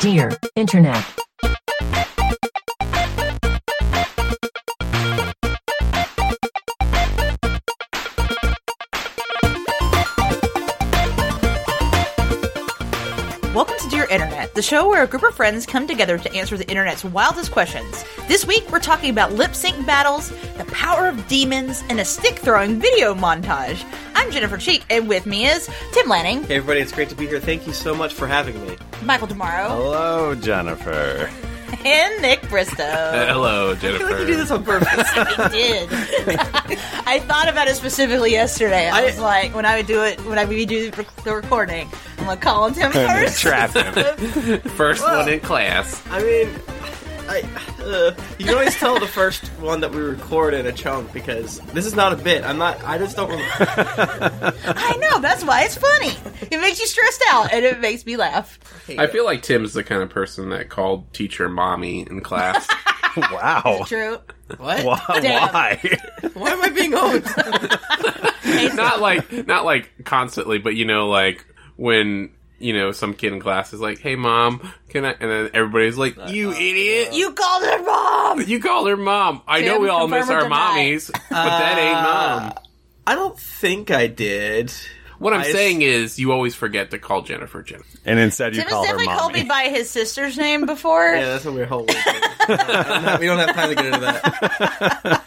Dear Internet. Welcome to Dear Internet, the show where a group of friends come together to answer the internet's wildest questions. This week, we're talking about lip sync battles, the power of demons, and a stick throwing video montage. I'm Jennifer Cheek, and with me is Tim Lanning, Hey, everybody, it's great to be here. Thank you so much for having me. Michael Demaro, Hello, Jennifer. and Nick Uh, Bristow. Hello, I feel like you do this on purpose. I did. I thought about it specifically yesterday. I, I- was like, when I would do it, when I would do the recording, I'm like calling Tim first. Trapped him. First one in class. I mean, I, uh, you can always tell the first one that we record in a chunk because this is not a bit. I'm not. I just don't. Rem- I know. That's why it's funny. It makes you stressed out, and it makes me laugh. I feel like Tim's the kind of person that called teacher mommy in class. Wow. True. what? Why? Damn. why? Why am I being owned? not like not like constantly, but you know, like when you know some kid in class is like, "Hey, mom, can I?" And then everybody's like, "You idiot! You, You called her mom. you called her mom." I know Tim, we all miss confirm or our deny? mommies, but that ain't mom. I don't think I did. What I'm I- saying is, you always forget to call Jennifer Jennifer. And instead you Tim has call her definitely called me mommy. by his sister's name before. Yeah, that's what we're holding. we don't have time to get into that.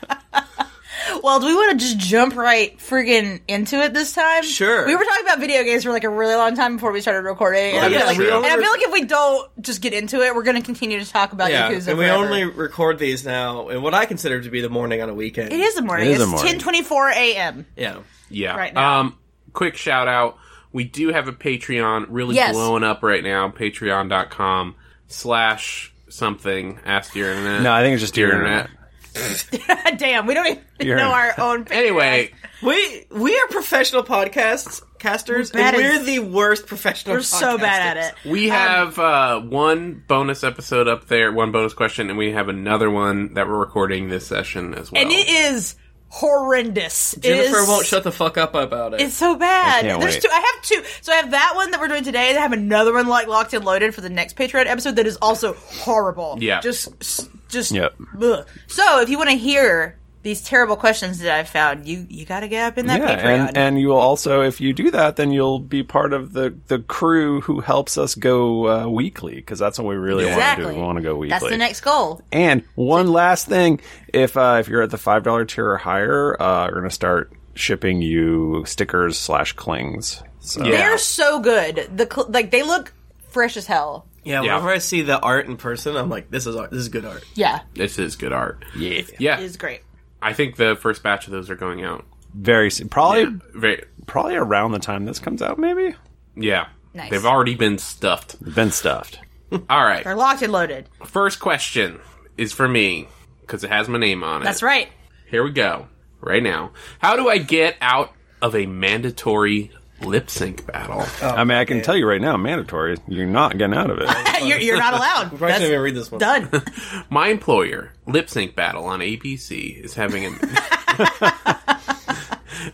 Well, do we want to just jump right friggin' into it this time? Sure. We were talking about video games for like a really long time before we started recording. and, I yeah, feel like, we and I only- feel like if we don't just get into it, we're going to continue to talk about Yeah, Yakuza. and we forever. only record these now in what I consider to be the morning on a weekend. It is the morning. It is it's the morning. 10:24 a.m. Yeah. Yeah. Right now. Um, quick shout out. We do have a Patreon really Yes. blowing up right now. Patreon.com slash something. Ask your internet. No, I think it's just Dear your internet. Damn, we don't even You're- know our own. Anyway, We we are professional podcasts casters, We're bad and we're as- the worst professional. We're so bad podcasters. at it. we have uh, one bonus episode up there, one bonus question, and we have another one that we're recording this session as well. And it is horrendous. It Jennifer is- won't shut the fuck up about it. It's so bad. I can't There's wait. two. I have two. So I have that one that we're doing today. and I have another one like locked and loaded for the next Patreon episode that is also horrible. Yeah. Just, just. Yep. ugh. So if you want to hear these terrible questions that I found, you you got to get up in that Yeah, Patreon. and, and you will also, if you do that, then you'll be part of the, the crew who helps us go uh, weekly because that's what we really exactly. want to do. We want to go weekly. That's the next goal. And one last thing, if uh, if you're at the five dollar tier or higher, uh, we're gonna start shipping you stickers slash clings. So Yeah. They're so good. The cl- like they look fresh as hell. yeah, whenever I see the art in person, I'm like, this is art. This is good art. Yeah. this is good art. yeah. Yeah. It is great. I think the first batch of those are going out. very soon. probably Very, probably around the time this comes out. Maybe yeah. Nice. They've already been stuffed. been stuffed. All right. They're locked and loaded. First question is for me because it has my name on it. That's right. Here we go. Right now. How do I get out of a mandatory lip sync battle? I mean, I can tell you right now, mandatory. You're not getting out of it. you're, you're not allowed. Probably shouldn't even That's read this one. done. My employer, Lip Sync Battle on ABC, is having a.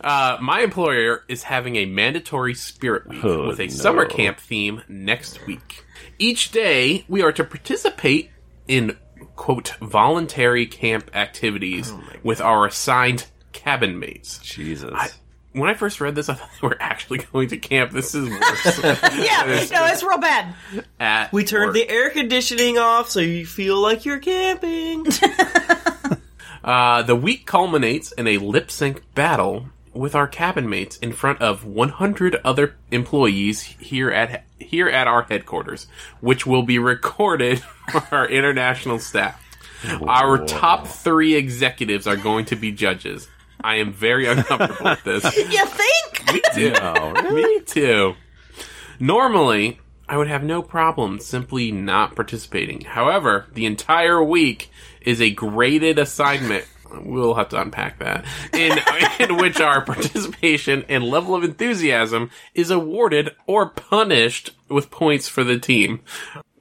Uh, my employer is having a mandatory spirit week Oh, with a no. summer camp theme next week. Each day, we are to participate in quote voluntary camp Oh activities with our assigned cabin mates. Jesus. When I first read this, I thought they were actually going to camp. This is worse. Yeah. No, it's real bad. At We turned work. the air conditioning off so you feel like you're camping. Uh, the week culminates in a lip sync battle with our cabin mates in front of 100 other employees here at here at our headquarters, which will be recorded for our international staff. Our top three executives are going to be judges. I am very uncomfortable with this. You think? Me too. Me too. Normally, I would have no problem simply not participating. However, the entire week is a graded assignment. We'll have to unpack that. In, in which our participation and level of enthusiasm is awarded or punished with points for the team.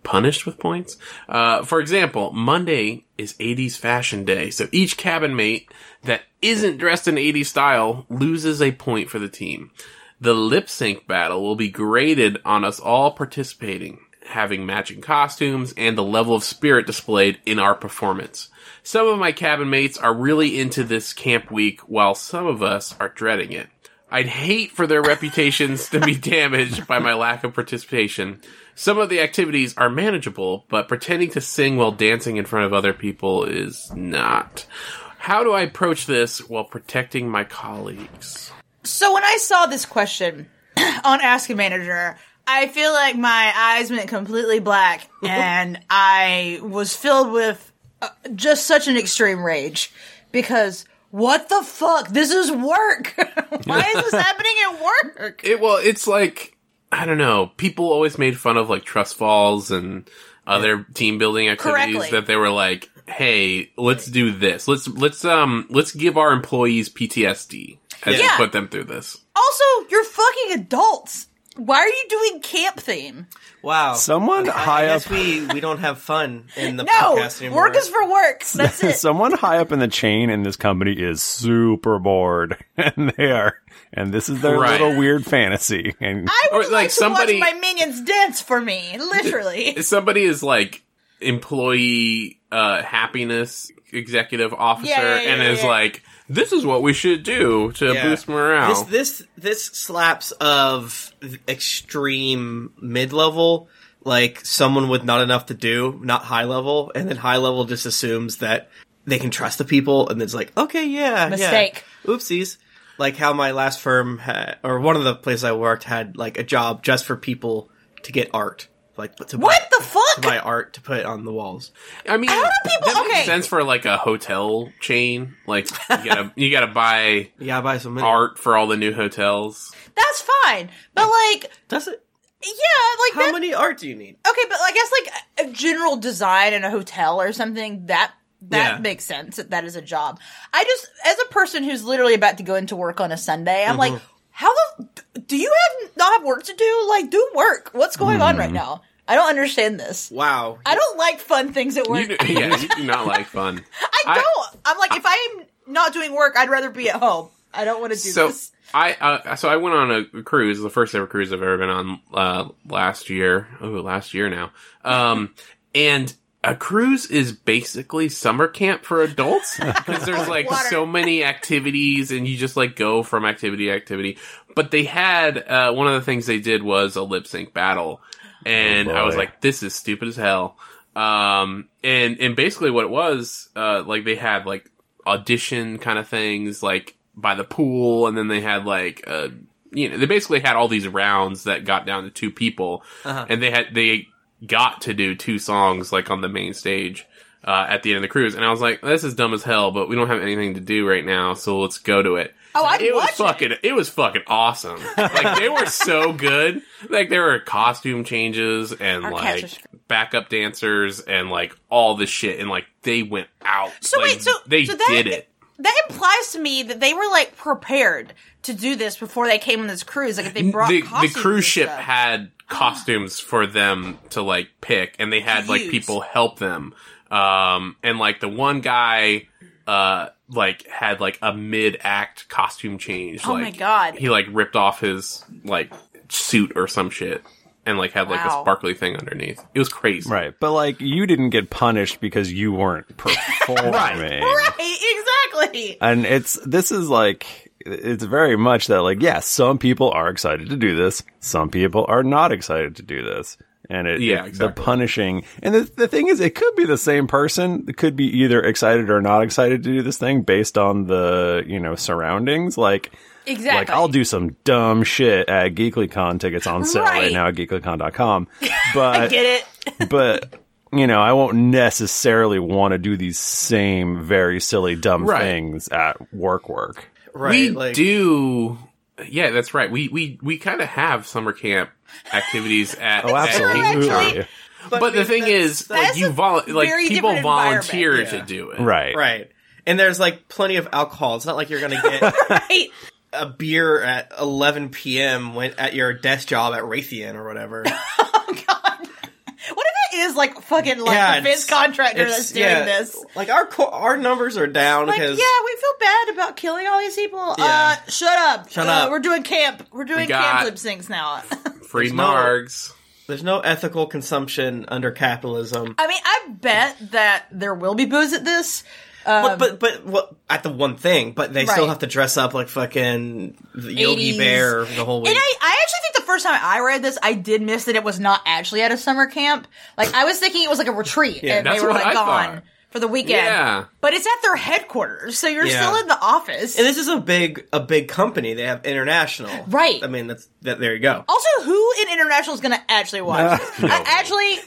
Punished with points? Uh, for example, Monday is 80s fashion day, so each cabin mate that isn't dressed in 80s style loses a point for the team. The lip sync battle will be graded on us all participating. having matching costumes, and the level of spirit displayed in our performance. Some of my cabin mates are really into this camp week, while some of us are dreading it. I'd hate for their reputations to be damaged by my lack of participation. Some of the activities are manageable, but pretending to sing while dancing in front of other people is not. How do I approach this while protecting my colleagues? So when I saw this question on Ask a Manager, I feel like my eyes went completely black, and I was filled with uh, just such an extreme rage because what the fuck? This is work. Why is this happening at work? It well, it's like I don't know. People always made fun of like trust falls and other team building activities Correctly. that they were like, "Hey, let's do this. Let's let's um let's give our employees PTSD and Yeah. put them through this." Also, you're fucking adults. Why are you doing camp theme? Wow. Someone I- high I guess up- we, we don't have fun in the No, podcast anymore. work is for work. That's it. Someone high up in the chain in this company is super bored, and they are, and this is their Right. little weird fantasy. And I would Or, like, like, to somebody- watch my minions dance for me, literally. Somebody is like employee uh happiness executive officer Yeah, yeah, yeah, and yeah, is yeah. like, "This is what we should do to Yeah. boost morale." This this this slaps of extreme mid level, like someone with not enough to do, not high level, and then high level just assumes that they can trust the people, and it's like, okay, yeah, yeah. Mistake. oopsies. Like how my last firm had, or one of the places I worked had like a job just for people to get art, like to buy- What the to fuck? buy art to put on the walls. I mean, How do people- that okay. makes sense for like a hotel chain. Like you gotta you gotta buy Yeah, I buy some art for all the new hotels. That's fine. But like, Does it? yeah, like that- How many art do you need? Okay, but I guess like a a general design in a hotel or something that that Yeah. makes sense. That that is a job. I just as a person who's literally about to go into work on a Sunday, I'm like, Mm-hmm. how the do you have not have work to do? Like, do work. What's going on Mm-hmm. right now? I don't understand this. Wow, I don't like fun things at work. You do, yeah, you do not like fun. I don't. I'm like, if I am not doing work, I'd rather be at home. I don't want to do So this. I uh, so I went on a cruise, the first ever cruise I've ever been on uh, last year. Oh, last year now. Um, and a cruise is basically summer camp for adults because there's like Water. so many activities and you just like go from activity to activity. But they had uh, one of the things they did was a lip sync battle, and Oh, I was boy. like. this is stupid as hell. Um, and and basically what it was, uh, like they had like audition kind of things, like by the pool, and then they had like uh, you know, they basically had all these rounds that got down to two people, Uh-huh. and they had they got to do two songs like on the main stage. Uh, at the end of the cruise, and I was like, "This is dumb as hell," but we don't have anything to do right now, so let's go to it Oh, I'd it was watch it. fucking it. was fucking awesome. like they were so good. Like there were costume changes and Our cats are like backup dancers and like all this shit and like they went out. So Like, wait, so they so that, did it. That implies to me that they were like prepared to do this before they came on this cruise. Like if they brought The, the costumes cruise and ship stuff. had costumes for them to like pick and they had like Use. people help them. Um and like the one guy uh like had like a mid act costume change. Oh my like, God. He like ripped off his like suit or some shit and like had like Wow. a sparkly thing underneath. It was crazy. right, but like you didn't get punished because you weren't performing. right exactly. and it's this is like it's very much that like yeah some people are excited to do this some people are not excited to do this and it, Yeah, it- the exactly. punishing and the, the thing is it could be the same person it could be either excited or not excited to do this thing based on the you know surroundings like Exactly. like I'll do some dumb shit at GeeklyCon tickets on sale right, Right. now at geeklycon.com but I get it. but you know, I won't necessarily want to do these same very silly dumb Right. things at work work. right? we like, do yeah that's right we we we kind of have summer camp activities at Oh, at Cape absolutely. Cod. absolutely. actually- but, the thing is like that's you a vol- like very people different volunteer environment. to do it Right. Right. And there's like plenty of alcohol. It's not like you're gonna get Right. a beer at 11 p.m. when at your desk job at Raytheon or whatever. What if it is like fucking like Yeah, the biz it's- contractor It's- that's doing yeah, this? Like our co- our numbers are down Like, yeah, we because feel bad about killing all these people. Yeah. Uh, shut up. Shut Uh, up. We're doing camp. We're doing got- camp lip syncs now. free no- margs There's no ethical consumption under capitalism. I mean, I bet that there will be booze at this. but but but well, at the one thing, but they still Right. have to dress up like fucking the Yogi 80s. Bear the whole week. And I, I actually think the first time I read this, I did miss that it was not actually at a summer camp. Like I was thinking it was like a retreat, and they that's were what like I gone thought. for the weekend. Yeah. But it's at their headquarters, so you're Yeah. still in the office. and this is a big a big company. They have international, Right. I mean, that's that. There you go. also, who in international is going to actually watch? this? I actually.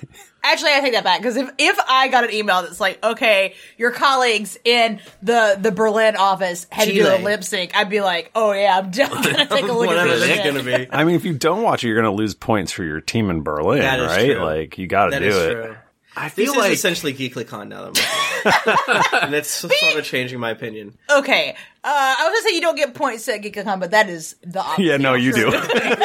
Actually, I take that back because if, if I got an email that's like, okay, your colleagues in the, the Berlin office had to do a Chile. lip sync, I'd be like, oh yeah, I'm definitely gonna take a Oh, look at Whatever this. that's shit. going to be. I mean, if you don't watch it, you're going to lose points for your team in Berlin, That is right? true. Like you got to That do is it. true. I This feel like is essentially GeeklyCon now. That I'm and that's sort of changing my opinion. Okay, uh, I was gonna say you don't get points at GeekCon, but that is the opposite. Yeah, no, you do.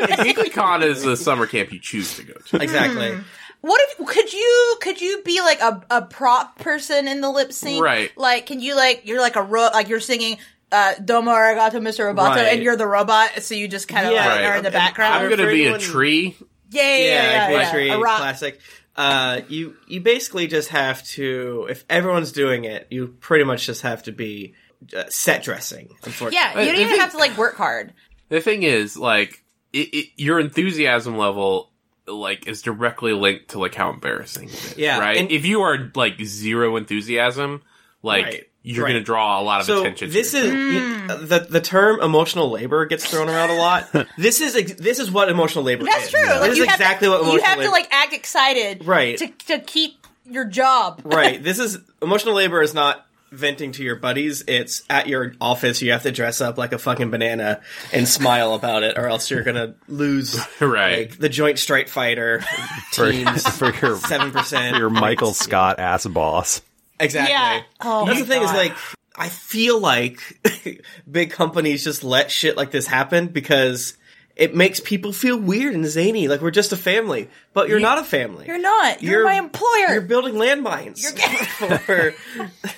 GeeklyCon is the summer camp you choose to go to. Exactly. Hmm. What if could you could you be like a, a prop person in the lip sync? Right. Like, can you like you're like a ro- like you're singing uh, "Domo Arigato, Mr. Roboto," Right. and you're the robot, so you just kind of Yeah. like, are in the Right. background. I'm gonna be a Everyone- tree. yeah, yeah, yeah, yeah, yeah, yeah. Adventure A rock- classic. Uh, you you basically just have to if everyone's doing it, you pretty much just have to be uh, set dressing. Unfortunately, Yeah, you don't I even think- have to like work hard. The thing is, like, it, it, your enthusiasm level, like, is directly linked to like how embarrassing. It is, Yeah, right. and- if you are like zero enthusiasm, like Right, you're right. gonna draw a lot of so attention. to this yourself. is Hmm. the the term emotional labor gets thrown around a lot. this is ex- this is what emotional labor. That's is. true. Like this is you exactly have what to, emotional you have to labor- like act excited, Right. To to keep your job. right. This is emotional labor is not venting to your buddies. It's at your office. You have to dress up like a fucking banana and smile about it, or else you're gonna lose. Right. Like the Joint Strike Fighter teams for your seven percent. your Michael Scott ass boss. exactly. Yeah. Oh That's my the thing is God. like I feel like big companies just let shit like this happen because it makes people feel weird and zany. Like we're just a family, but you're not a family. You're not. You're, my employer. You're building landmines. for,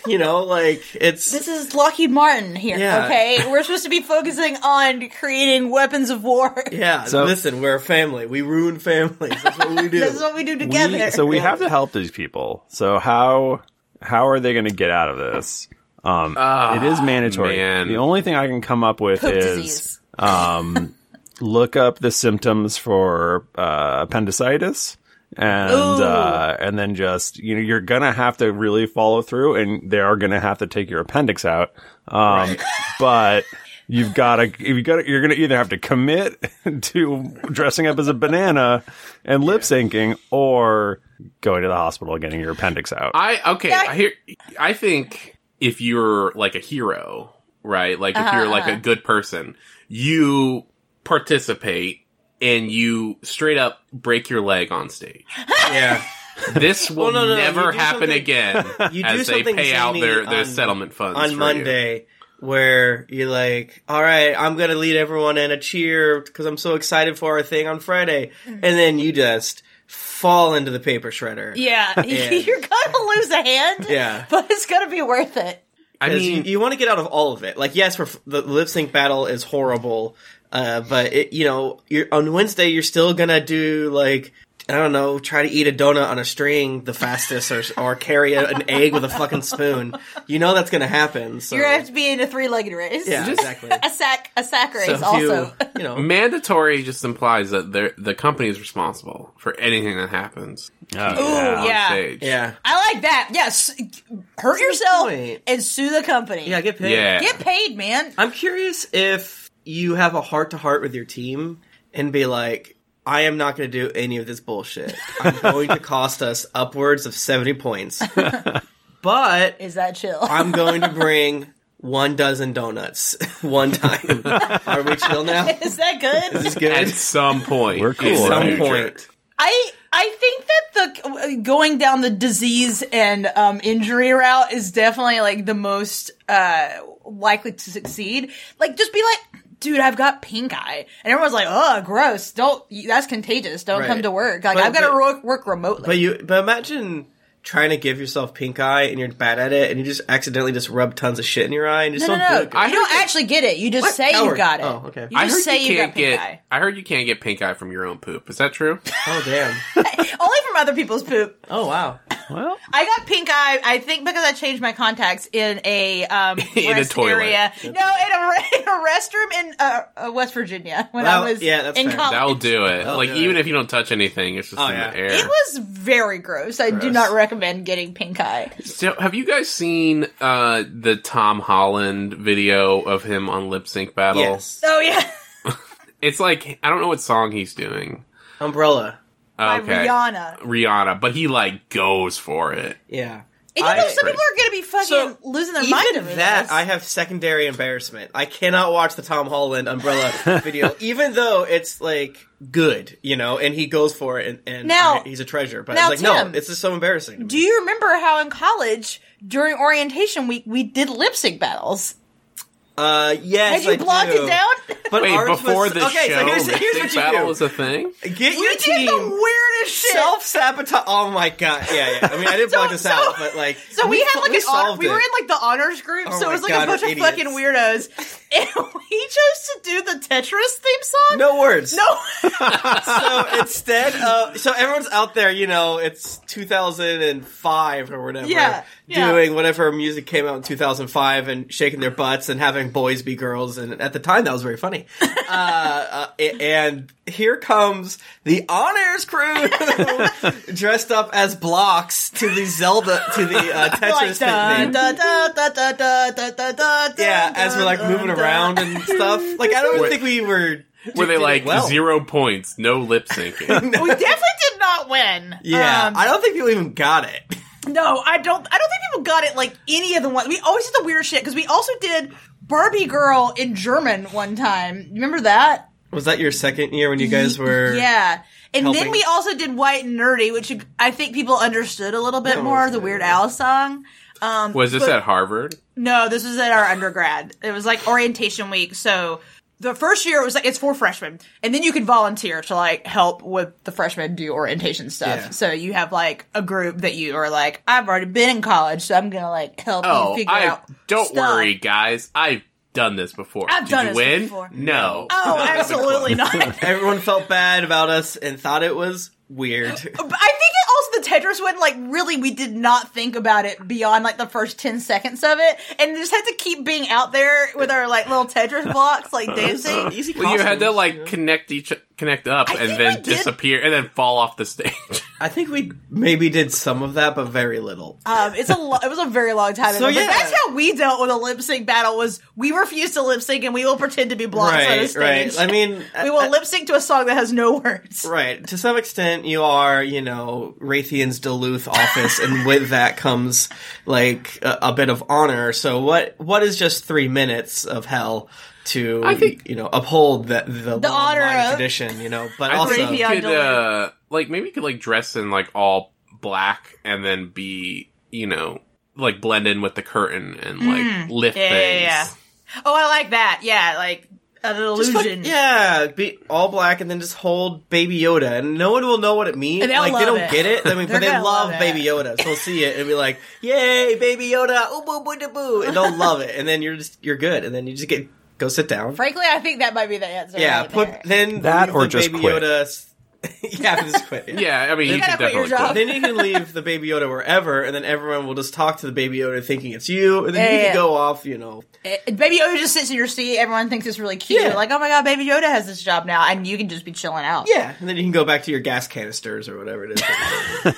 you know, like it's This is Lockheed Martin here, Yeah. okay? We're supposed to be focusing on creating weapons of war. yeah. So- listen, we're a family. We ruin families. That's what we do. This is what we do We- together. so we have to help these people. So how how are they going to get out of this? Um, Ah, it is mandatory. man. The only thing I can come up with Poop is disease. um, look up the symptoms for uh, appendicitis. And Ooh. uh, and then just you know you're gonna have to really follow through, and they are gonna have to take your appendix out. Um, but you've gotta you gotta you're gonna either have to commit to dressing up as a banana and lip syncing, or going to the hospital and getting your appendix out. I okay. Yeah. I hear. I think if you're like a hero, right? Like if you're like Uh-huh. a good person, you participate and you straight up break your leg on stage. yeah. This will no, no, you never do happen something- again You do as they something pay out zany their, their on- settlement funds for on you. Monday where you're like, all right, I'm going to lead everyone in a cheer because I'm so excited for our thing on Friday. Mm-hmm. And then you just fall into the paper shredder. yeah, you're gonna lose a hand, Yeah. but it's gonna be worth it. I 'Cause mean, you, you want to get out of all of it. Like, yes, we're, f- the lip sync battle is horrible, uh, but it, you know, you're, on Wednesday you're still gonna do like I don't know, try to eat a donut on a string the fastest, or or carry a, an egg with a fucking spoon. You know that's gonna happen. So You're gonna have to be in a three-legged race. yeah, exactly. a sack, a sack race. So if also, you, you know, mandatory just implies that they're- the company is responsible for anything that happens Oh, Ooh, on yeah. stage. yeah. I like that. Yes, hurt yourself point. and sue the company. Yeah, get paid. Yeah. get paid, man. I'm curious if you have a heart to heart with your team and be like, I am not going to do any of this bullshit. I'm going to cost us upwards of 70 points. but Is that chill? I'm going to bring one dozen donuts one time. Are we chill now? Is that good? It's good. At some point. We're cool, in the right? some future. point. I I think that the going down the disease and um, injury route is definitely like the most uh, likely to succeed. Like, just be like, dude, I've got pink eye, and everyone's like, oh, gross. Don't that's contagious. Don't Right. come to work. Like, But- I've got to but- work work remotely. But you, but imagine trying to give yourself pink eye and you're bad at it and you just accidentally just rub tons of shit in your eye and you No, no, just don't do no. it. good. I You don't heard- actually get it. You just What? say you Coward. got it. Oh, okay. You I just heard say you you, can't got pink get. eye. I heard you can't get pink eye from your own poop. Is that true? Oh damn. Only from other people's poop. Oh wow. Well, I got pink eye. I think because I changed my contacts in a um, In a rest toilet. area. No, in a, in a restroom in uh, uh, West Virginia when Well, I was yeah, that's in fair. college. That'll do it. That'll like do even it. if you don't touch anything, it's just Oh, in yeah. the air. It was very gross. I do Gross. not recommend getting pink eye. So, have you guys seen uh, the Tom Holland video of him on Lip Sync Battle? Yes. Oh yeah, It's like I don't know what song he's doing. Umbrella. by Okay, Rihanna. Rihanna, but he like goes for it. Yeah. And you know, I- some people are going to be fucking So, losing their Even mind over that, this. I have secondary embarrassment. I cannot watch the Tom Holland umbrella video, even though it's like good, you know, and he goes for it, and, and Now- I- he's a treasure. But now, it's like, Tim, no, it's just so embarrassing. to Do me. you remember how in college during orientation week we did lip sync battles? uh, yes, Had you I blocked do. it down? But Wait, ours before was, this okay, show, so here's, Lip here's what Sync battle you do: was a thing. get your we team. did the weirdest shit. Self sabotage. Oh my god! Yeah, yeah. I mean, I did So- block this so- out, but like, so we, had fo- like we an honor, solved we it. were in like the honors group, Oh so it my was like God, a bunch of we're idiots. fucking weirdos, and we chose to do the Tetris theme song. no words. no, so instead of so everyone's out there, you know, it's 2005 or whatever, Yeah, yeah. doing whatever music came out in 2005 and shaking their butts and having boys be girls, and at the time that was very funny. uh, uh, a- and here comes the honors crew dressed up as blocks to the Zelda to the uh, Tetris like da, thing. da, da, da, da, da, da, da, da, Yeah, as we're like da, moving da. around and stuff. Like I don't even Wait. think we were. Were they did it like well. zero points, no lip syncing? We definitely did not win. Yeah, Um, I don't think people even got it. No, I don't. I don't think people got it. Like any of the ones, we always did the weird shit because we also did Barbie girl in German one time. Remember that? Was that your second year when you guys were? Yeah. And then Helping. we also did White and Nerdy, which I think people understood a little bit That more. was The good. Weird Al song. Um, was this but- at Harvard? No, this was at our undergrad. It was like orientation week, so the first year it was like it's for freshmen, and then you could volunteer to like help with the freshmen do orientation stuff. Yeah. So you have like a group that you are like, I've already been in college, so I'm gonna like help you Oh, figure I out. don't stuff. worry, guys. I've done this before. I've Did done you this win? before. No. Oh, absolutely not. But Everyone felt bad about us and thought it was weird. I think it also the Tetris one, like really we did not think about it beyond like the first ten seconds of it, and just had to keep being out there with our like little Tetris blocks, like dancing. Easy Well, you had to costumes, like you know? connect each connect up think and then we did- disappear and then fall off the stage. I think we maybe did some of that, but very little. Um, it's a lo- it was a very long time ago. So, but yeah. that's how we dealt with a lip sync battle. Was we refuse to lip sync and we will pretend to be blocks on the right, stage. right. I mean, we will I- lip sync to a song that has no words. right. To some extent, you are, you know, Raytheon's Duluth office, and with that comes like a, a bit of honor. So what? What is just three minutes of hell to I think- you know uphold the the, long honor line of- tradition? You know, but I also think you Raytheon could uh, like maybe you could like dress in like all black and then be you know like blend in with the curtain and like lift Mm. Yeah, things. yeah, yeah. Oh, I like that. Yeah, like an Just illusion. fuck- yeah, be all black and then just hold Baby Yoda, and no one will know what it means. And they'll like love they don't it. get it. I mean, They're but they gonna love, love it. Baby Yoda, so they'll see it and be like, "Yay, Baby Yoda!" Ooh, boo, boo, da, boo, and they'll love it. And then you're just you're good, and then you just get go sit down. Frankly, I think that might be the answer. yeah, right put there. then That leave or the just Baby quit. Yoda. s- yeah, just quit. Yeah, I mean, you, gotta could quit your definitely. job. quit. Then you can leave the Baby Yoda wherever, and then everyone will just talk to the Baby Yoda thinking it's you, and then Yeah, you yeah. can go off, you know, And Eh, Baby Yoda just sits in your seat. Everyone thinks it's really cute. Yeah. Like, oh my god, Baby Yoda has this job now, and you can just be chilling out. yeah, and then you can go back to your gas canisters or whatever it is.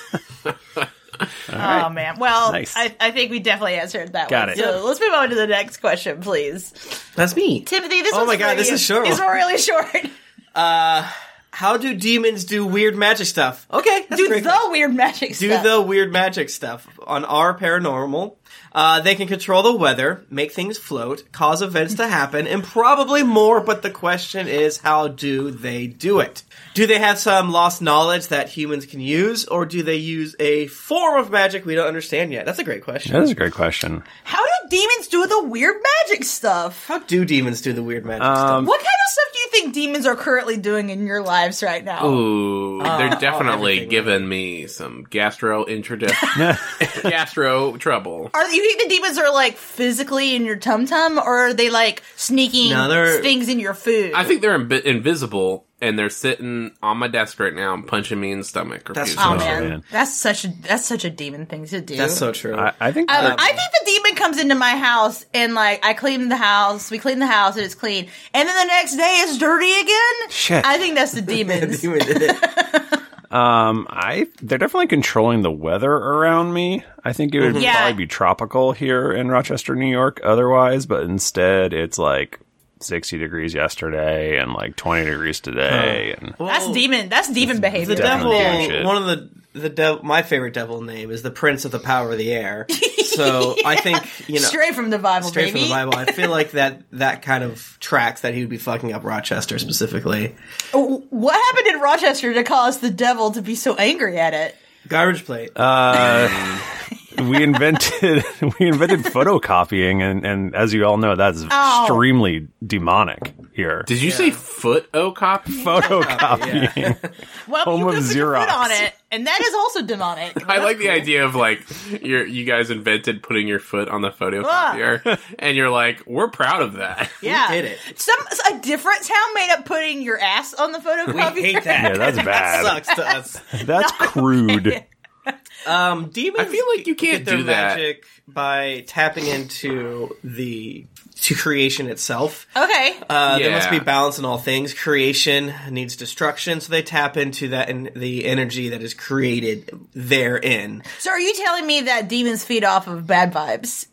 Oh man. Well, Nice. I, I think we definitely answered that. Got one. it. So let's move on to the next question, please. That's me. Timothy, this Oh one's my God, for this you. is short These one. were really short. How do demons do weird magic stuff? Okay, that's Do great. the weird magic do stuff. the weird magic stuff on our paranormal. Uh, they can control the weather, make things float, cause events to happen, and probably more, but the question is how do they do it? Do they have some lost knowledge that humans can use, or do they use a form of magic we don't understand yet? That's a great question. That is a great question. How do demons do the weird magic stuff? How do demons do the weird magic Um, What kind of stuff do you think demons are currently doing in your lives right now? Ooh, they're definitely everything. giving me some gastro introdu- gastro trouble. Are you think the demons are like physically in your tum tum, or are they like sneaking No, they're- things in your food? I think they're invi- invisible and they're sitting on my desk right now and punching me in the stomach. Or That's- puking. oh Oh, man. man. that's such a that's such a demon thing to do. stuff? That's so true. I, I think Um, that- I think the demon comes into my house and like I clean the house, we clean the house and it's clean, and then the next day it's dirty again. Shit. I think that's the demons. Demon did it. um, I they're definitely controlling the weather around me. I think it would Yeah. probably be tropical here in Rochester, New York. Otherwise, but instead, it's like sixty degrees yesterday and like twenty degrees today. And that's Well, demon. That's demon behavior. The Definitely doing devil, shit. one of the the devil, my favorite devil name is the Prince of the Power of the Air. So I think you know, straight from the Bible, straight baby. from the Bible. I feel like that that kind of tracks that he would be fucking up Rochester specifically. W- What happened in Rochester to cause the devil to be so angry at it? Garbage plate. Uh, we invented we invented photocopying, and and as you all know, that's Ow. extremely demonic here. Did you say foot oh, o copy? photocopying. Well, Home you of could put your foot Xerox. on it, and that is also demonic. I like the idea of like you're, you guys invented putting your foot on the photocopier, and you're like, we're proud of that. Ah. yeah. did it. Some a different town made up putting your ass on the we photocopier. hate that. Yeah, that's bad. That sucks to us. That's crude. Um, demons. I feel like you can't get their do that. magic by tapping into the to creation itself. Okay. Uh, There Yeah. must be balance in all things. Creation needs destruction, so they tap into that and the energy that is created therein. so are you telling me that demons feed off of bad vibes?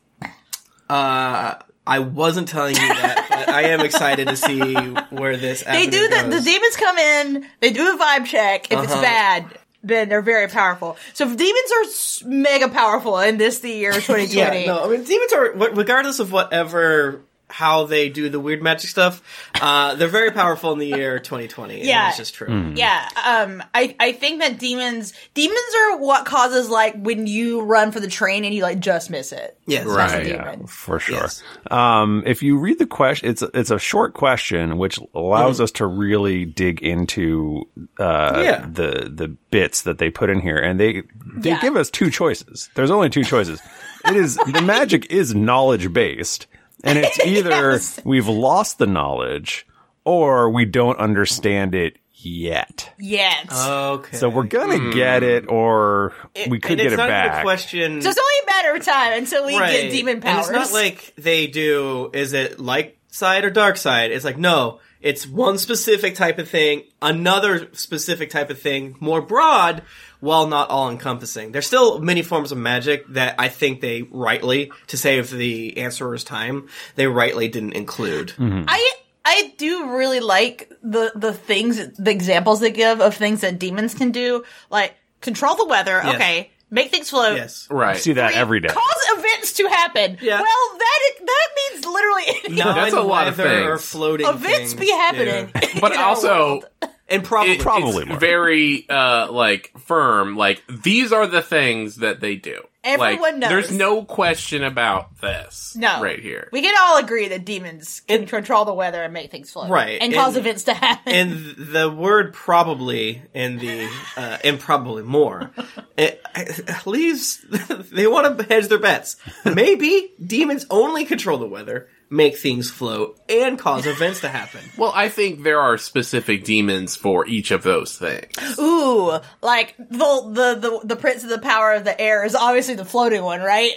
Uh, I wasn't telling you that, but I am excited to see where this. They do that. The demons come in. They do a vibe check. If it's Uh-huh. bad, then they're very powerful. So if demons are s- mega powerful in this the year 2020. Yeah, no, I mean demons are wh- regardless of whatever how they do the weird magic stuff. Uh, they're very powerful in the year 2020. Yeah. and it's just Mm. true. Hmm. Yeah, um, I, I think that demons demons are what causes like when you run for the train and you like just miss it. Yes, Right. That's a Yeah, demon. for sure. Yes. Um, if you read the question, it's it's a short question, which allows Mm-hmm. us to really dig into uh, Yeah. the the bits that they put in here, and they they Yeah. give us two choices. There's only two choices. it is the magic is knowledge based, and it's either we've lost the knowledge or we don't understand it yet. Yet. Okay. Hmm. So we're gonna get it, or we could and get it's it not even a back. question. so it's only a matter of time until we get demon powers. And it's not like they do. Is it light side or dark side? It's like no. It's one specific type of thing, another specific type of thing, more broad, while not all encompassing. There's still many forms of magic that I think they rightly, to save the answerer's time, they rightly didn't include. I I do really like the the things the examples they give of things that demons can do, like control the weather. Yes. Okay, make things float. Yes. Right. See that Three, every day. Cause events to happen. Yeah. Well, that is, that means literally anything. Now That's in a lot of weather things. Or floating events things, be happening. yeah. But in our also, world. and probably it- Probably it's more. very uh like firm like these are the things that they do Everyone Like, knows. there's no question about this No. right here We can all agree that demons can And- control the weather and make things float. Right, And cause and- events to happen. and the word probably and the uh, and probably more it, it leaves they want to hedge their bets maybe demons only control the weather make things flow and cause events to happen well i think there are specific demons for each of those things Ooh, like the, the the the prince of the power of the air is obviously the floating one, right?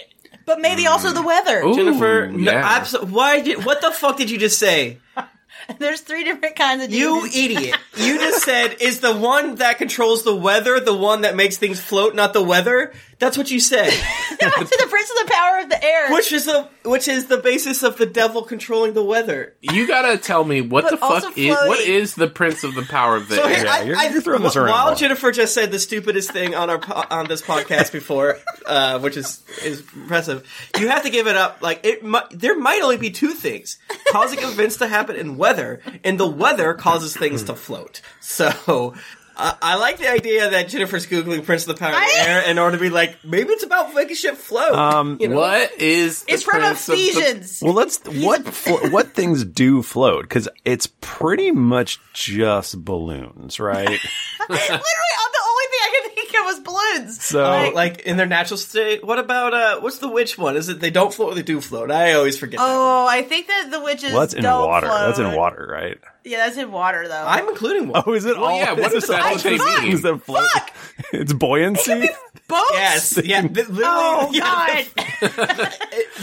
But maybe also the weather. Mm. Ooh, jennifer no, yeah. abso- why did what the fuck did you just say There's three different kinds of you demons. idiot you just said is the one that controls the weather the one that makes things float not the weather That's what you said. to the prince of the power of the air. which is the which is the basis of the devil controlling the weather. You gotta tell me what But the also fuck is what floating. is the prince of the power of the So air? I, you're- I- you're throwing this wh- around a While lot. Jennifer just said the stupidest thing on our po- on this podcast before, uh, which is is impressive, you have to give it up. Like it, mi- there might only be two things causing events to happen in weather, and the weather causes things to float. So. I I like the idea that Jennifer's googling Prince of the Power of the I- Air in order to be like, maybe it's about making shit float. Um, you know? What is the It's from prince of the- Ephesians. Well, let's what flo- what things do float because it's pretty much just balloons, right? Literally, uh, the only thing I could think of was balloons. So- Like, Uh, like in their natural state. What about uh what's the witch one? Is it they don't float or they do float? I always forget. that one. oh, I think that the witches. well, that's in don't water. That's in float. water, right? Yeah, that's in water though. I'm including one. Oh, is it all? yeah, is what does that all actually just mean? things that float? It's buoyancy. Boats. yes. Yeah. th- literally- Oh yeah, God. th-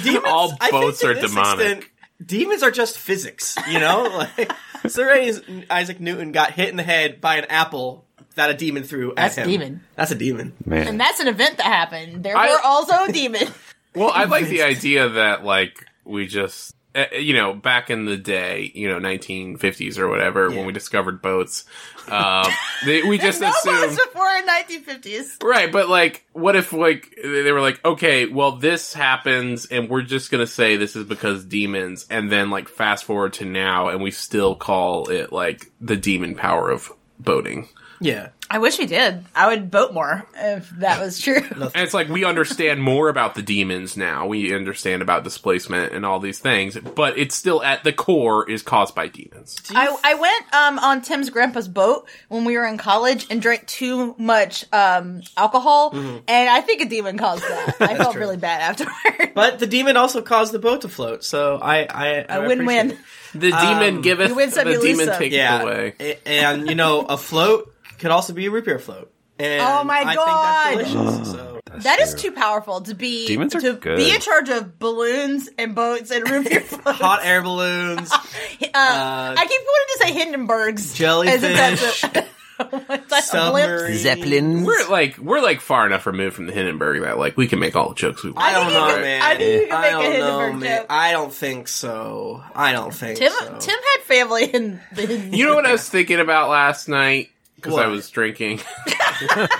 demons, All I think boats to are this demonic. demons are just physics, you know? like Sir Is- Isaac Newton got hit in the head by an apple that a demon threw That's at a him. demon. That's a demon. Man, And that's an event that happened. There I- were also demons. Well, I like the idea that like we just uh, you know back in the day, you know, 1950s or whatever, when we discovered boats, um, they, we just no boats assumed. before in 1950s. Right, but like, what if like they they were like, okay, well, this happens, and we're just gonna say this is because demons, and then like fast forward to now, and we still call it like the demon power of boating, Yeah. I wish we did. I would boat more if that was true. and it's like we understand more about the demons now, we understand about displacement and all these things, but it's still at the core is caused by demons. I, I went um, on Tim's grandpa's boat when we were in college and drank too much um, alcohol, Mm-hmm. and I think a demon caused that. I felt really bad afterward. But the demon also caused the boat to float, so I I, I A win-win. appreciate The demon giveth, you win some, the you lose demon some. taketh it. Yeah, away. A- and you know, a float could also be a root beer float. And Oh, my I think God. that's delicious. So That is too powerful to be Demons are to good. be in charge of balloons and boats and root beer floats. hot air balloons, Uh, I keep wanting to say Hindenburgs. as Jellyfish. if that's a- submarine. zeppelins. We're like we're like far enough removed from the Hindenburg that like we can make all the jokes we want. I don't think you know, could- man. I think you could I make a don't know, Hindenburg man. joke. I don't think so. I don't think Tim, so. Tim had family in. in You know what I was thinking about last night because I What? was drinking.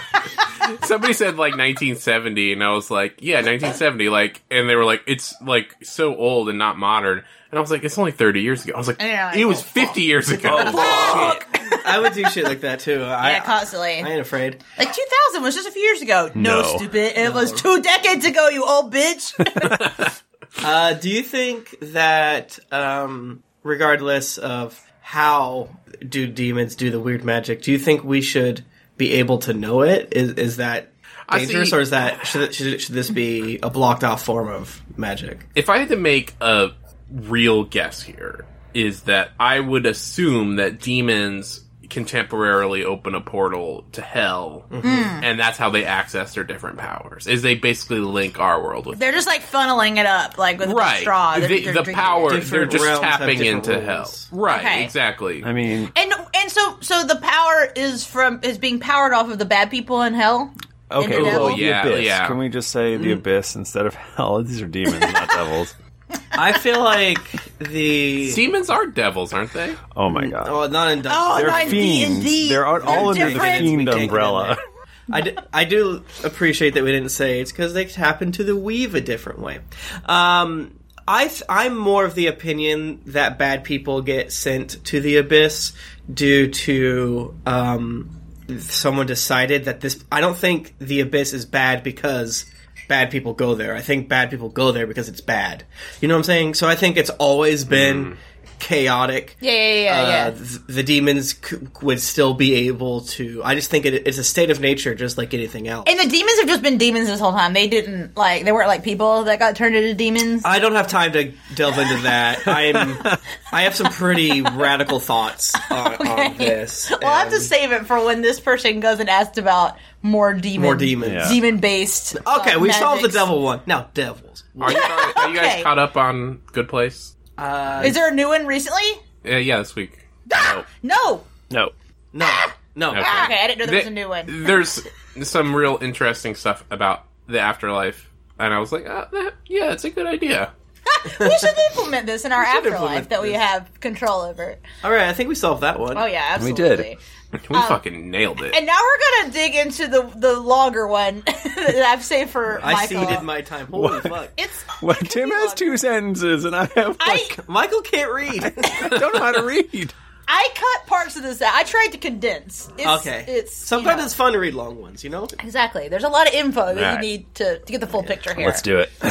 Somebody said like 1970, and I was like, "Yeah, 1970." Like, and they were like, "It's like so old and not modern." And I was like, "It's only 30 years ago." I was like, Yeah, like, "It was oh, 50 years ago." Oh, I would do shit like that too. I, yeah, constantly. I ain't afraid. Like 2000 was just a few years ago. No, No. stupid. It was two decades ago, you old bitch. Uh, do you think that, um, regardless of how do demons do the weird magic, do you think we should be able to know it? Is is that see- dangerous, or is that should, should should this be a blocked off form of magic? if I had to make a real guess here, is that I would assume that demons can temporarily open a portal to hell, and that's how they access their different powers. Is they basically link our world with They're just like funneling it up, like with a right straw. They're- the, they're the drinking power it. they're Different just realms have tapping different into rules. hell right Okay. exactly I mean, And and so so the power is from is being powered off of the bad people in hell. okay, the devil? well, the Yeah, abyss. yeah. Can we just say the abyss instead of hell? These are demons, not devils. I feel like the demons are devils aren't they Oh my god. oh, not in Oh, They're not in fiends. D&D. They're all, all under the different. fiend We can't get in umbrella. there. I do, I do appreciate that we didn't say it's because they happen to the weave a different way. Um, I th- I'm more of the opinion that bad people get sent to the abyss due to um, someone decided that this. I don't think the abyss is bad because bad people go there. I think bad people go there because it's bad. You know what I'm saying? So I think it's always been chaotic Yeah, yeah, yeah, yeah. uh, th- the demons c- would still be able to. I just think it, it's a state of nature, just like anything else. and the demons have just been demons this whole time. They didn't like they weren't like people that got turned into demons. I don't have time to delve into that. I'm. I have some pretty radical thoughts on, on this. well, I have to and- save it for when this person goes and asks about more demon, uh, More demons. Yeah. demon based. Okay, we solved the devil one. Now devils. are you, guys- are you Okay. guys caught up on good place Is there a new one recently? uh, yeah this week Ah, no. No. No, no. Okay. Ah! Okay, I didn't know there was a new Th- one. there's some real interesting stuff about the afterlife, and I was like, uh, that- yeah, it's a good idea. we should implement this in our should afterlife implement that we this. have control over. All right, I think we solved that one. Oh yeah, We absolutely. Um, did. We fucking nailed it. And now we're gonna dig into the the longer one that I've saved for I Michael. ceded my time. Holy What? fuck. It's Well, it could Tim be has longer. two sentences, and I have I like Michael can't read. I don't know how to read. I cut parts of this out. I tried to condense. It's, okay. It's Sometimes you know. it's fun to read long ones, you know? exactly. There's a lot of info that Right. you need to to get the full picture here. Let's do it.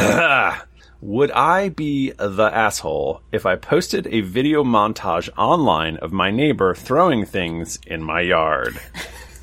Would I be the asshole if I posted a video montage online of my neighbor throwing things in my yard?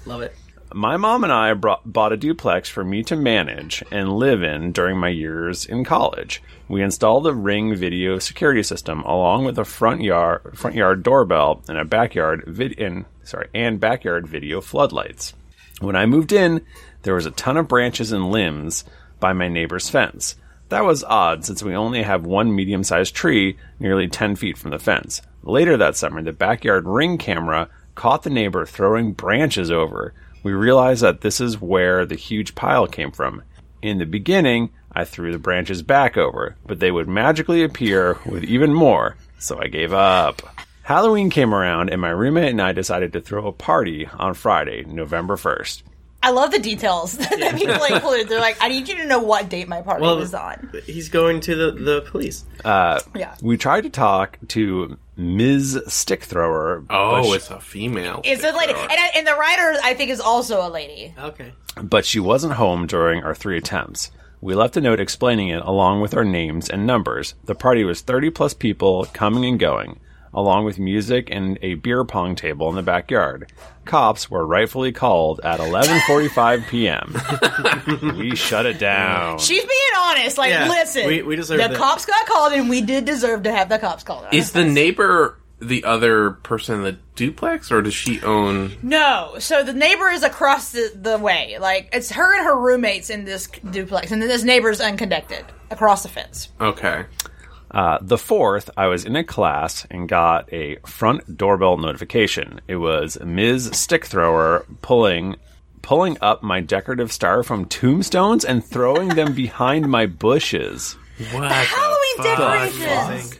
Love it. My mom and I brought, bought a duplex for me to manage and live in during my years in college. We installed a ring video security system along with a front yard front yard doorbell and a backyard vid and sorry and backyard video floodlights. When I moved in, there was a ton of branches and limbs by my neighbor's fence. That was odd since we only have one medium sized tree nearly 10 feet from the fence. Later that summer, the backyard ring camera caught the neighbor throwing branches over. We realized that this is where the huge pile came from. In the beginning, I threw the branches back over, but they would magically appear with even more, so I gave up. Halloween came around, and my roommate and I decided to throw a party on Friday, November 1st. I love the details that people include. They're like, I need you to know what date my party Well, was on. He's going to the, the police. Yeah. We tried to talk to Ms. Stickthrower, oh, it's a female. It's a lady, and, I- and the writer I think is also a lady. Okay. but she wasn't home during our three attempts. We left a note explaining it along with our names and numbers. The party was 30 plus people coming and going, along with music and a beer pong table in the backyard. Cops were rightfully called at 11:45 p.m. we shut it down. She's being honest. Like, Yeah, listen, we- we deserve the that. cops got called, and we did deserve to have the cops called. on us. Is the neighbor the other person in the duplex, or does she own? No, so the neighbor is across the, the way. Like it's her and her roommates in this duplex, and then this neighbor's unconnected across the fence. Okay, Uh, the fourth, I was in a class and got a front doorbell notification. It was Ms. Stickthrower pulling pulling up my decorative styrofoam tombstones and throwing them behind my bushes. what the Halloween fuck? decorations.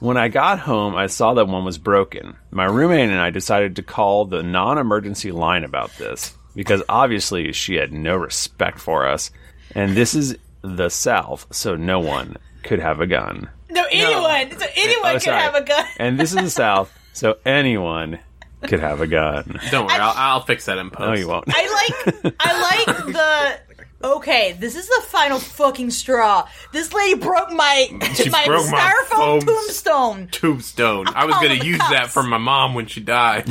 When I got home, I saw that one was broken. My roommate and I decided to call the non emergency line about this because obviously she had no respect for us. And this is the South, so no one could have a gun. No, anyone, so anyone Oh, could sorry. have a gun. and this is the South, so anyone could have a gun. Don't worry, I'll, I'll fix that in post. No, you won't. I like, I like the. Okay, this is the final fucking straw. This lady broke my She my broke my styrofoam foam. tombstone. Tombstone. i was calling going the to use cops. that for my mom when she died.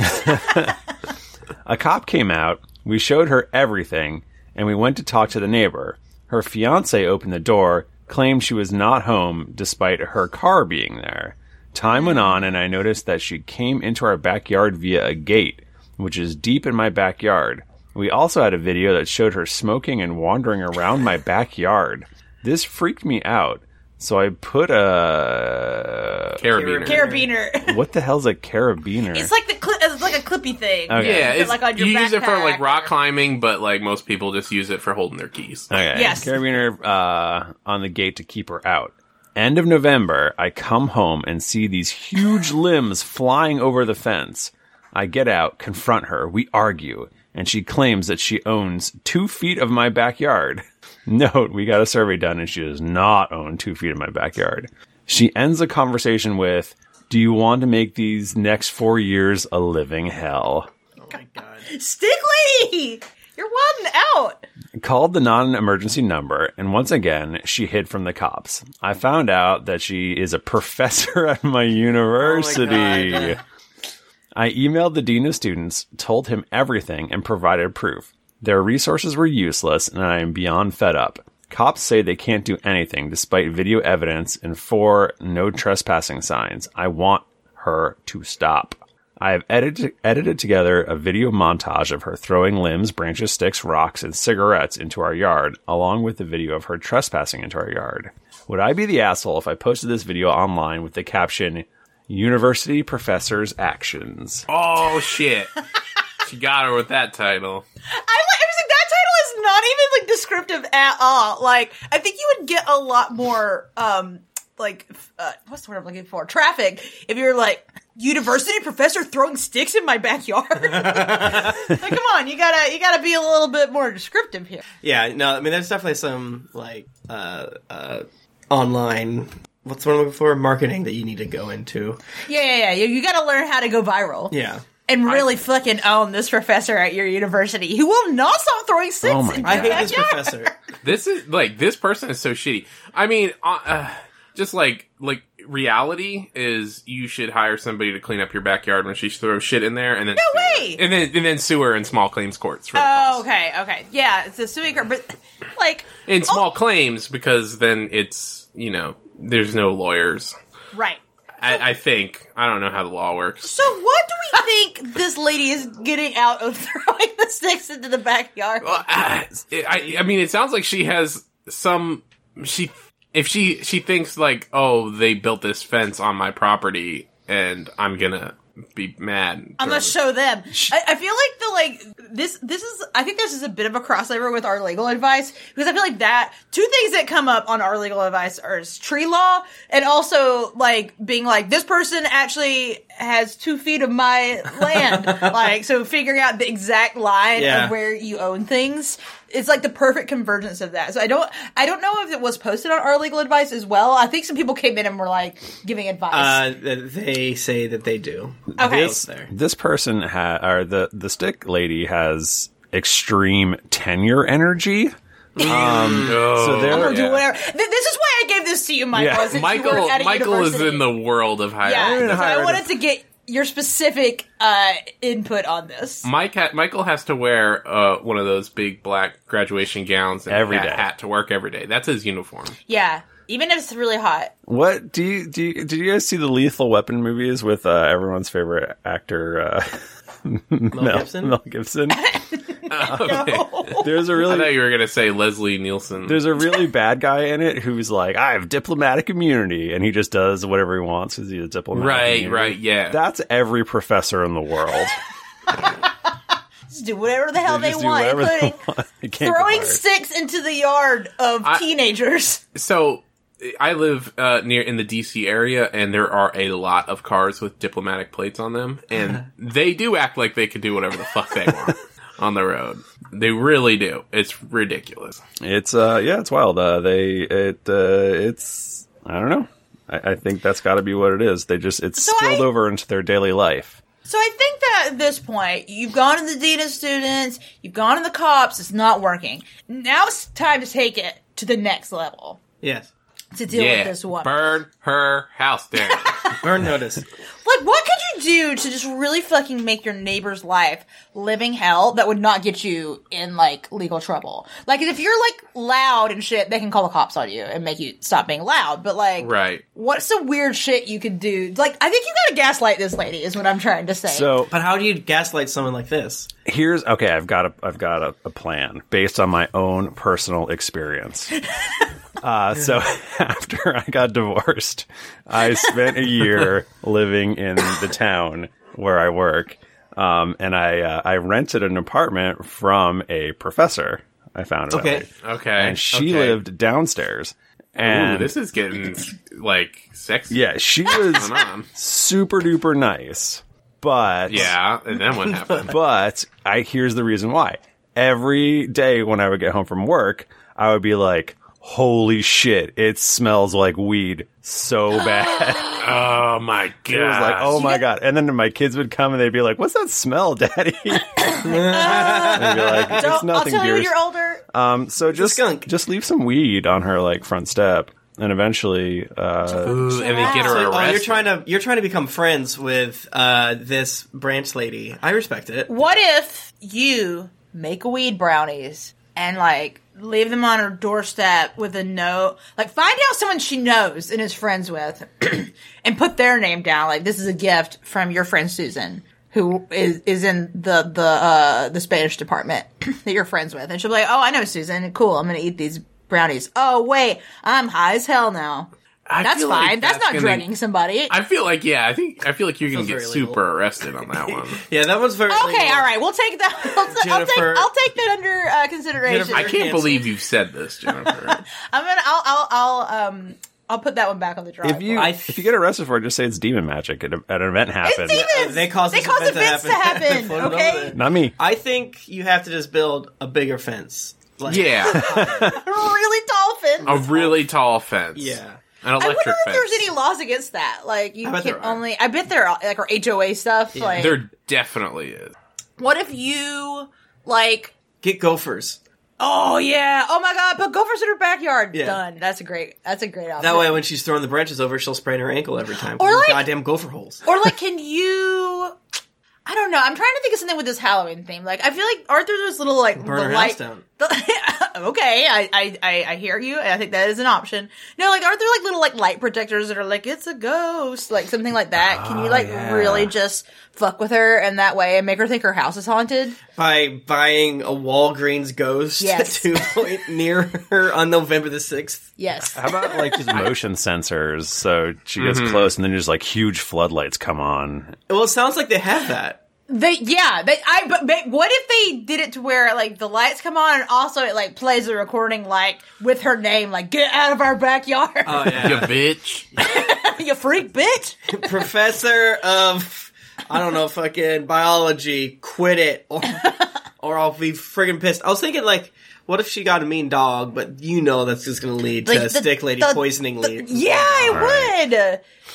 A cop came out, we showed her everything, and we went to talk to the neighbor. Her fiance opened the door, claimed she was not home despite her car being there. Time went on, and I noticed that she came into our backyard via a gate, which is deep in my backyard. We also had a video that showed her smoking and wandering around my backyard. This freaked me out, so I put a Carabiner. Carabiner. what the hell's a carabiner? It's like the cli it's like a clippy thing. Okay. yeah, Put it, it's, like, on your you use it for backpack like or- rock climbing, but like most people just use it for holding their keys. Okay. Yes. Carabiner uh, on the gate to keep her out. End of November, I come home and see these huge limbs flying over the fence. I get out, confront her, we argue, and she claims that she owns two feet of my backyard. Note, we got a survey done and she does not own two feet of my backyard. She ends the conversation with, Do you want to make these next four years a living hell? Oh Stick lady, you're wilding out. called the non-emergency number and once again she hid from the cops i found out that she is a professor at my university i emailed the dean of students told him everything and provided proof their resources were useless and i am beyond fed up cops say they can't do anything despite video evidence and four no trespassing signs i want her to stop I have edited, edited together a video montage of her throwing limbs, branches, sticks, rocks, and cigarettes into our yard, along with the video of her trespassing into our yard. Would I be the asshole if I posted this video online with the caption, University Professor's Actions? Oh shit! she got her with that title. I like, I was like, that title is not even like descriptive at all. Like, I think you would get a lot more, um, like, f- uh, what's the word I'm looking for? Traffic. If you're like, university professor throwing sticks in my backyard. like, come on, you gotta, you gotta be a little bit more descriptive here. Yeah, no, I mean, there's definitely some like uh, uh, online. What's the one I'm looking for? Marketing that you need to go into. Yeah, yeah, yeah. You, you gotta learn how to go viral. Yeah, And really fucking own this professor at your university who will not stop throwing sticks Oh my in your God. I hate this backyard. professor. This is like this person is so shitty. I mean, uh, uh, just like like reality is you should hire somebody to clean up your backyard when she throws shit in there, and then no way! and then and then sue her in small claims courts. For the Oh, cost. okay, okay. Yeah, it's a suing her, but like, in small claims because then it's you know there's no lawyers. right. I, I think I don't know how the law works. So, what do we think this lady is getting out of throwing the sticks into the backyard? Well, ah, it- I, I mean, it sounds like she has some. She if she she thinks like, oh, they built this fence on my property, and I'm gonna be mad. I'm gonna show them. I, I feel like the like this this is I think this is a bit of a crossover with our legal advice because I feel like that two things that come up on our legal advice are is tree law and also like being like this person actually has two feet of my land. like so figuring out the exact line Yeah. of where you own things. It's like the perfect convergence of that. So I don't I don't know if it was posted on our legal advice as well. I think some people came in and were like giving advice. Uh, th- they say that they do. Okay. It's there. This person ha- or the the stick lady has extreme tenure energy. So so they're or do yeah. whatever. Th- This is why I gave this to you, Michael. Yeah. is that you Michael were at a Michael is university. in the world of yeah. hierarchy. so I hire wanted to get your specific uh, input on this. Mike ha- Michael has to wear uh, one of those big black graduation gowns and Every that day. hat to work every day. That's his uniform. Yeah, even if it's really hot. What do you do? You, did you guys see the Lethal Weapon movies with uh, everyone's favorite actor uh, Mel, Gibson? Mel Gibson. No. There's a I thought really you were gonna say Leslie Nielsen. there's a really bad guy in it who's like, I have diplomatic immunity, and he just does whatever he wants because he's a diplomat. right, right, yeah. That's every professor in the world. Just do whatever the hell they, just do want, whatever they including want. They can't get throwing fired. sticks into the yard of I- teenagers. So I live uh, near in the DC area, and there are a lot of cars with diplomatic plates on them, and they do act like they can do whatever the fuck they want on the road. They really do. It's ridiculous. It's uh yeah, it's wild. Uh they it uh it's I don't know. I, I think that's got to be what it is. They just it's So spilled I- over into their daily life. So I think that at this point, you've gone to the dean of students, you've gone to the cops. It's not working. Now it's time to take it to the next level Yes. to deal yeah, with this one. burn her house down. Burn notice. Like, what could you do to just really fucking make your neighbor's life living hell that would not get you in like legal trouble? Like, if you're like loud and shit, they can call the cops on you and make you stop being loud. But like, right. what's some weird shit you could do? Like, I think you gotta gaslight this lady is what I'm trying to say. So But how do you gaslight someone like this? here's okay. I've got a I've got a, a plan based on my own personal experience. Uh, so after I got divorced, I spent a year living in the town where I work, um, and I uh, I rented an apartment from a professor. I found it out Okay. later. Okay. and she okay. lived downstairs. And Ooh, this is getting like sexy. yeah, she Going was on. super duper nice, but Yeah, and then what happened? but I here's the reason why. Every day when I would get home from work, I would be like, "Holy shit, it smells like weed so bad." Oh my god! it was like, "Oh my god!" And then my kids would come and they'd be like, "What's that smell, Daddy?" and I'd be like, "It's Don't- I'll nothing, tell you when dearest." you're older. Um, so just skunk. just leave some weed on her like front step, and eventually, uh, Ooh, and they get her So, arrested. oh, you're trying to you're trying to become friends with uh, this branch lady. I respect it. What if you make weed brownies and like leave them on her doorstep with a note? Like find out someone she knows and is friends with and put their name down. Like this is a gift from your friend Susan. Who is is in the the uh, the Spanish department that you're friends with, and she'll be like, "Oh, I know Susan. Cool, I'm gonna eat these brownies. Oh, wait, I'm high as hell now. I That's feel fine. like that's, not gonna- drugging somebody. I feel like yeah. I think I feel like you're gonna Sounds get very super arrested on that one. Yeah, that one's very. Okay, legal. all right. We'll take that. I'll, t- I'll take. Jennifer- I'll take that under uh, consideration. Jennifer- I can't Cancel. believe you've said this, Jennifer. I'm gonna. I'll. I'll. I'll. Um. I'll put that one back on the drive. If you I- if you get arrested for it, just say it's demon magic at, a, at an event it's happened. demons. They cause They this cause event to events to happen. happen. They floated over okay. it. Not me. I think you have to just build a bigger fence. Like, yeah, A really tall fence. a really tall fence. Yeah. an I wonder electric if fence. there's any laws against that. Like you I bet can there are. only. I bet there are like or HOA stuff. Like There definitely is. what if you like. Get gophers. Oh yeah! Oh my god! Put gophers in her backyard. Yeah. Done. That's a great. That's a great option. That way, when she's throwing the branches over, she'll sprain her ankle every time. Or Or like- goddamn gopher holes. Or like, can you? I don't know. I'm trying to think of something with this Halloween theme. Like, I feel like aren't there those little like Burn the her light- house down. the- okay, I, I I I hear you, and I think that is an option. No, like, aren't there like little like light projectors that are like it's a ghost, like something like that? Can Ah, you Oh, like yeah. really just fuck with her in that way and make her think her house is haunted? By buying a Walgreens ghost Yes. to point near her on November the 6th. Yes. How about like just motion sensors? So she gets Mm-hmm. close, and then just like huge floodlights come on. Well, it sounds like they have that. They yeah, they I but, but what if they did it to where like the lights come on and also it like plays the recording like with her name like get out of our backyard Oh, You yeah. bitch. you freak bitch Professor of, I don't know, fucking biology, quit it or, or I'll be friggin' pissed. I was thinking, like, what if she got a mean dog, but you know that's just gonna lead to Like a the- stick lady the- poisoning the- lea- Yeah, I Right. would.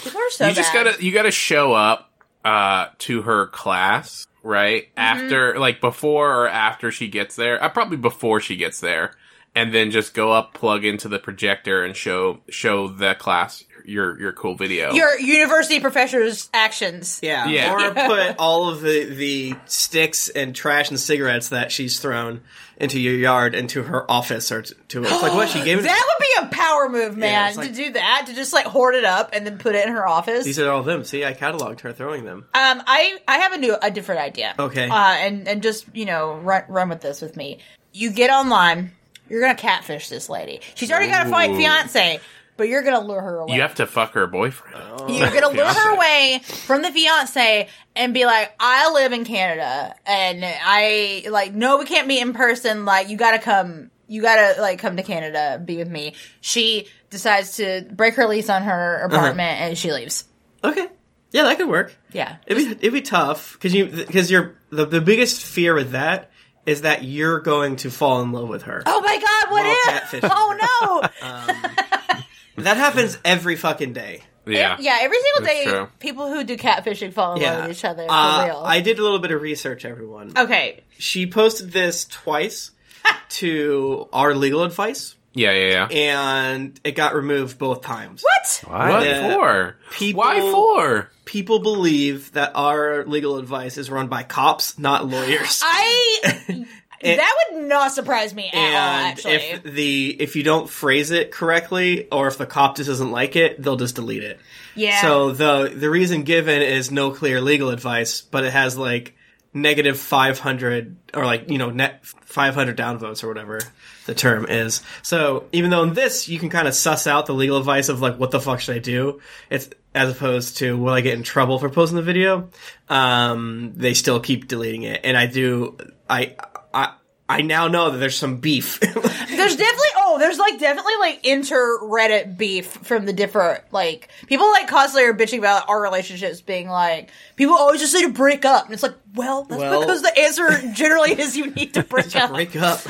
They were so you just bad. gotta you gotta show up uh to her class right Mm-hmm. after like before or after she gets there uh, probably before she gets there and then just go up plug into the projector and show show the class your your cool video your university professor's actions. Yeah. Yeah. Or put all of the, the sticks and trash and cigarettes that she's thrown into your yard into her office or to, to it's like what she gave it. That would be a power move, Yeah, man, it's like- to do that, to just like hoard it up and then put it in her office. These are all them. See, I cataloged her throwing them. Um, I I have a new a different idea. Okay. Uh, and and just you know run run with this with me. You get online. You're gonna catfish this lady. She's already got a fi- Ooh. fiance, but you're gonna lure her away. you have to fuck her boyfriend Oh. You're gonna lure her Fiance. away from the fiance and be like, I live in Canada and I like no we can't meet in person, like you gotta come you gotta like come to Canada, be with me. She decides to break her lease on her Uh-huh. apartment and she leaves. Okay. Yeah, that could work. Yeah. It'd be, it'd be tough because you because you're the, the biggest fear with that is that you're going to fall in love with her. Oh my god, what Well, if? catfish. Oh no. That happens every fucking day. yeah yeah, every single That's day true. people who do catfishing fall in love Yeah, with each other for Uh, real. I did a little bit of research. Everyone, okay. she posted this twice to our legal advice. yeah yeah yeah and it got removed both times. What? what Yeah. for People- why for People believe that our legal advice is run by cops, not lawyers. I that would not surprise me at all, and actually. if the if you don't phrase it correctly, or if the cop just doesn't like it, they'll just delete it. yeah. So the the reason given is no clear legal advice, but it has like negative five hundred or like you know net five hundred downvotes or whatever the term is. So even though in this you can kind of suss out the legal advice of like what the fuck should I do, it's as opposed to will I get in trouble for posting the video. Um, they still keep deleting it, and I do I I. I now know that there's some beef. There's definitely oh, there's like definitely like inter Reddit beef from the different like people like constantly are bitching about our relationships being like people always just need to break up and it's like well that's Well- because the answer generally is you need to break up. Break up.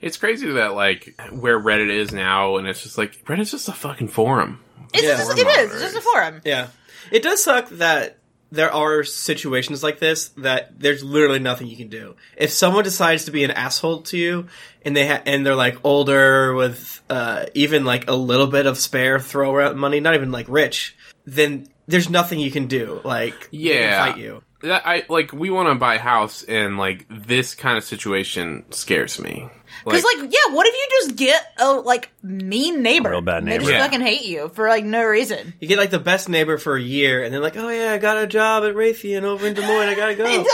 it's crazy that like where reddit is now and it's just like reddit's just a fucking forum It's Yeah. just, it is it's just a forum. Yeah. It does suck that there are situations like this that there's literally nothing you can do. If someone decides to be an asshole to you and they ha- and they're like older with uh, even like a little bit of spare throw out money, not even like rich, then there's nothing you can do. Like they can Yeah. fight you. that I like we want to buy a house and like this kind of situation scares me. Because like, yeah, what if you just get a like mean neighbor? Real bad They neighbor. just Yeah. fucking hate you for like no reason. You get like the best neighbor for a year and they're like, "Oh yeah, I got a job at Raytheon over in Des Moines. I got to go."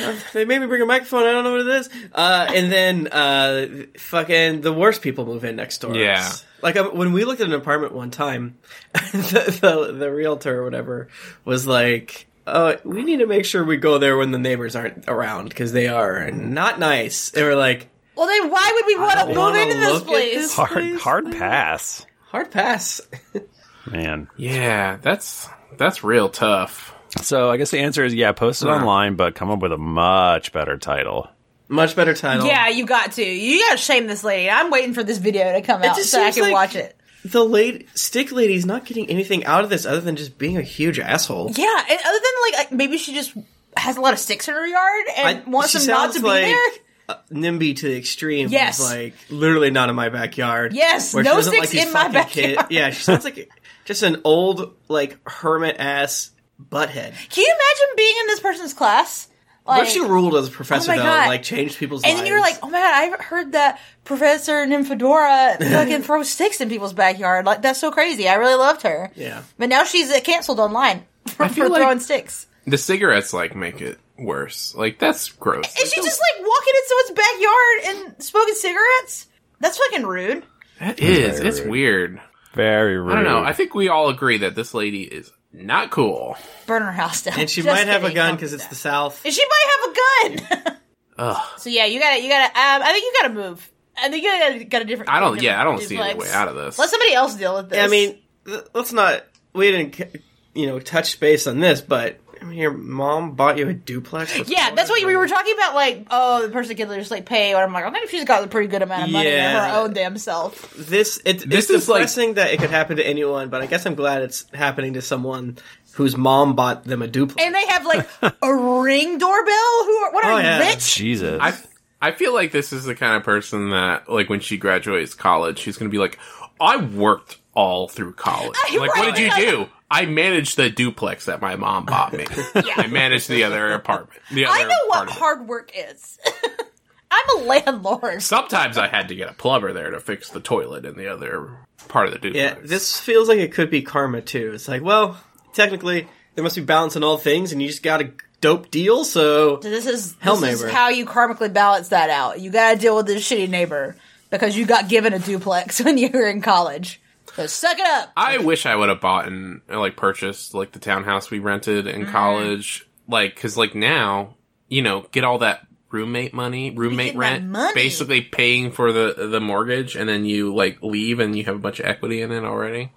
Duluth. they made me bring a microphone. I don't know what it is. Uh, and then uh, fucking the worst people move in next door. to Yeah. us. Like um, when we looked at an apartment one time, the, the the realtor or whatever was like, "Oh, we need to make sure we go there when the neighbors aren't around because they are not nice." They were like, Well, then why would we want to don't move wanna into this look at place? this. Hard, Please, hard pass, "Hard pass." man. Yeah, that's that's real tough. So I guess the answer is yeah, post it Wow. online, but come up with a much better title. Much better title. Yeah, you got to. You got to shame this lady. I'm waiting for this video to come out just so I seems can like- watch it. The late stick lady's not getting anything out of this other than just being a huge asshole. Yeah, and other than like maybe she just has a lot of sticks in her yard and I- wants she them not sounds to like- be there. uh, NIMBY to the extreme. Yes. Yes. like literally not in my backyard. Yes, Where no she doesn't sticks these in my fucking kid- backyard. Yeah, she sounds like just an old like hermit ass butthead. Can you imagine being in this person's class? What Like, oh if she ruled as a professor my though? God. Like changed people's and lives. then you're like, oh my god, I've heard that Professor Nymphadora fucking throws sticks in people's backyard. Like that's so crazy. I really loved her. Yeah. But now she's uh, canceled online for, feel for like- throwing sticks. The cigarettes like make it worse. Like that's gross. Is she just like walking in someone's backyard and smoking cigarettes? That's fucking rude. that is. Very It's rude. weird. Very rude. I don't know. I think we all agree that this lady is not cool. Burn her house down. and she Just might have a kidding. gun Don't because do it's that. the South. And she might have a gun. Ugh. so yeah, you gotta, you gotta. Um, I think you gotta move. I think you gotta got a different. I don't. different Yeah, I don't see any duplex. way out of this. Let somebody else deal with this. I mean, th- let's not. We didn't, you know, touch base on this, but I mean, your mom bought you a duplex. with Yeah, that's what Florida? we were talking about. Like, oh, the person could just like pay, or I'm like, I think she's got a pretty good amount of money in Yeah. her own damn self. this it, This this is it's like- depressing that it could happen to anyone, but I guess I'm glad it's happening to someone whose mom bought them a duplex. And they have like a ring doorbell. Who are what are Oh, yeah. rich? Jesus. I I feel like this is the kind of person that like when she graduates college, she's going to be like, "I worked all through college. Like, what did you Right. do? I managed the duplex that my mom bought me. I managed the other apartment. The other I know what part of it. hard work is. I'm a landlord. Sometimes I had to get a plumber there to fix the toilet in the other part of the yeah, duplex. this feels like it could be karma too. It's like, well, technically there must be balance in all things, and you just got a dope deal, so So this is Hell this is neighbor. how you karmically balance that out. You got to deal with this shitty neighbor because you got given a duplex when you were in college. So suck it up. I wish I would have bought and uh, like purchased like the townhouse we rented in Mm-hmm. college, like because like now you know get all that roommate money, roommate getting that rent, money. basically paying for the the mortgage, and then you like leave and you have a bunch of equity in it already.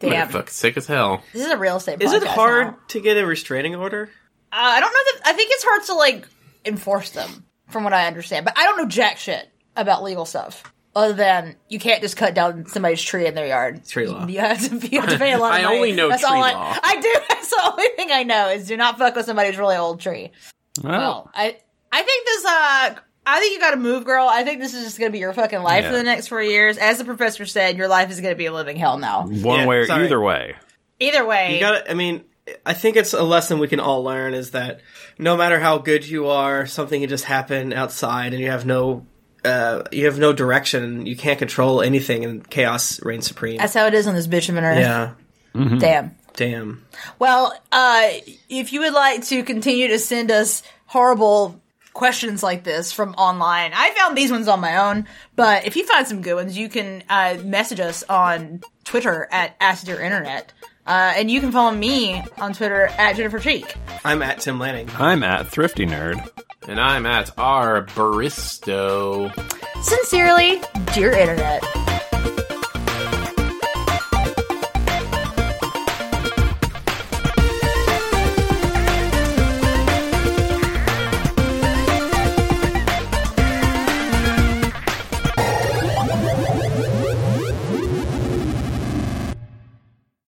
Damn, Man, fuck, sick as hell. this is a real estate. is it podcast hard now. to get a restraining order? Uh, I don't know that. I think it's hard to like enforce them, from what I understand. But I don't know jack shit about legal stuff. Other than you can't just cut down somebody's tree in their yard. Tree law. You have to, you have to pay a lot of I money. only know That's tree all law. I, I do. That's the only thing I know is do not fuck with somebody's really old tree. well, Well, I I think this uh I think you got to move, girl. I think this is just going to be your fucking life for Yeah. the next 4 years. As the professor said, your life is going to be a living hell now. one Yeah, way or sorry. either way. Either way, You got. I mean, I think it's a lesson we can all learn is that no matter how good you are, something can just happen outside, and you have no. Uh, you have no direction. You can't control anything, and chaos reigns supreme. that's how it is on this bitch of an earth. yeah. Damn. Damn. Well, uh if you would like to continue to send us horrible questions like this from online. I found these ones on my own, but if you find some good ones, you can uh message us on Twitter at Ask Your Internet. Uh, and you can follow me on Twitter at Jennifer Cheek. I'm at Tim Lanning. I'm at Thrifty Nerd. And I'm at our Baristo. Sincerely, dear internet.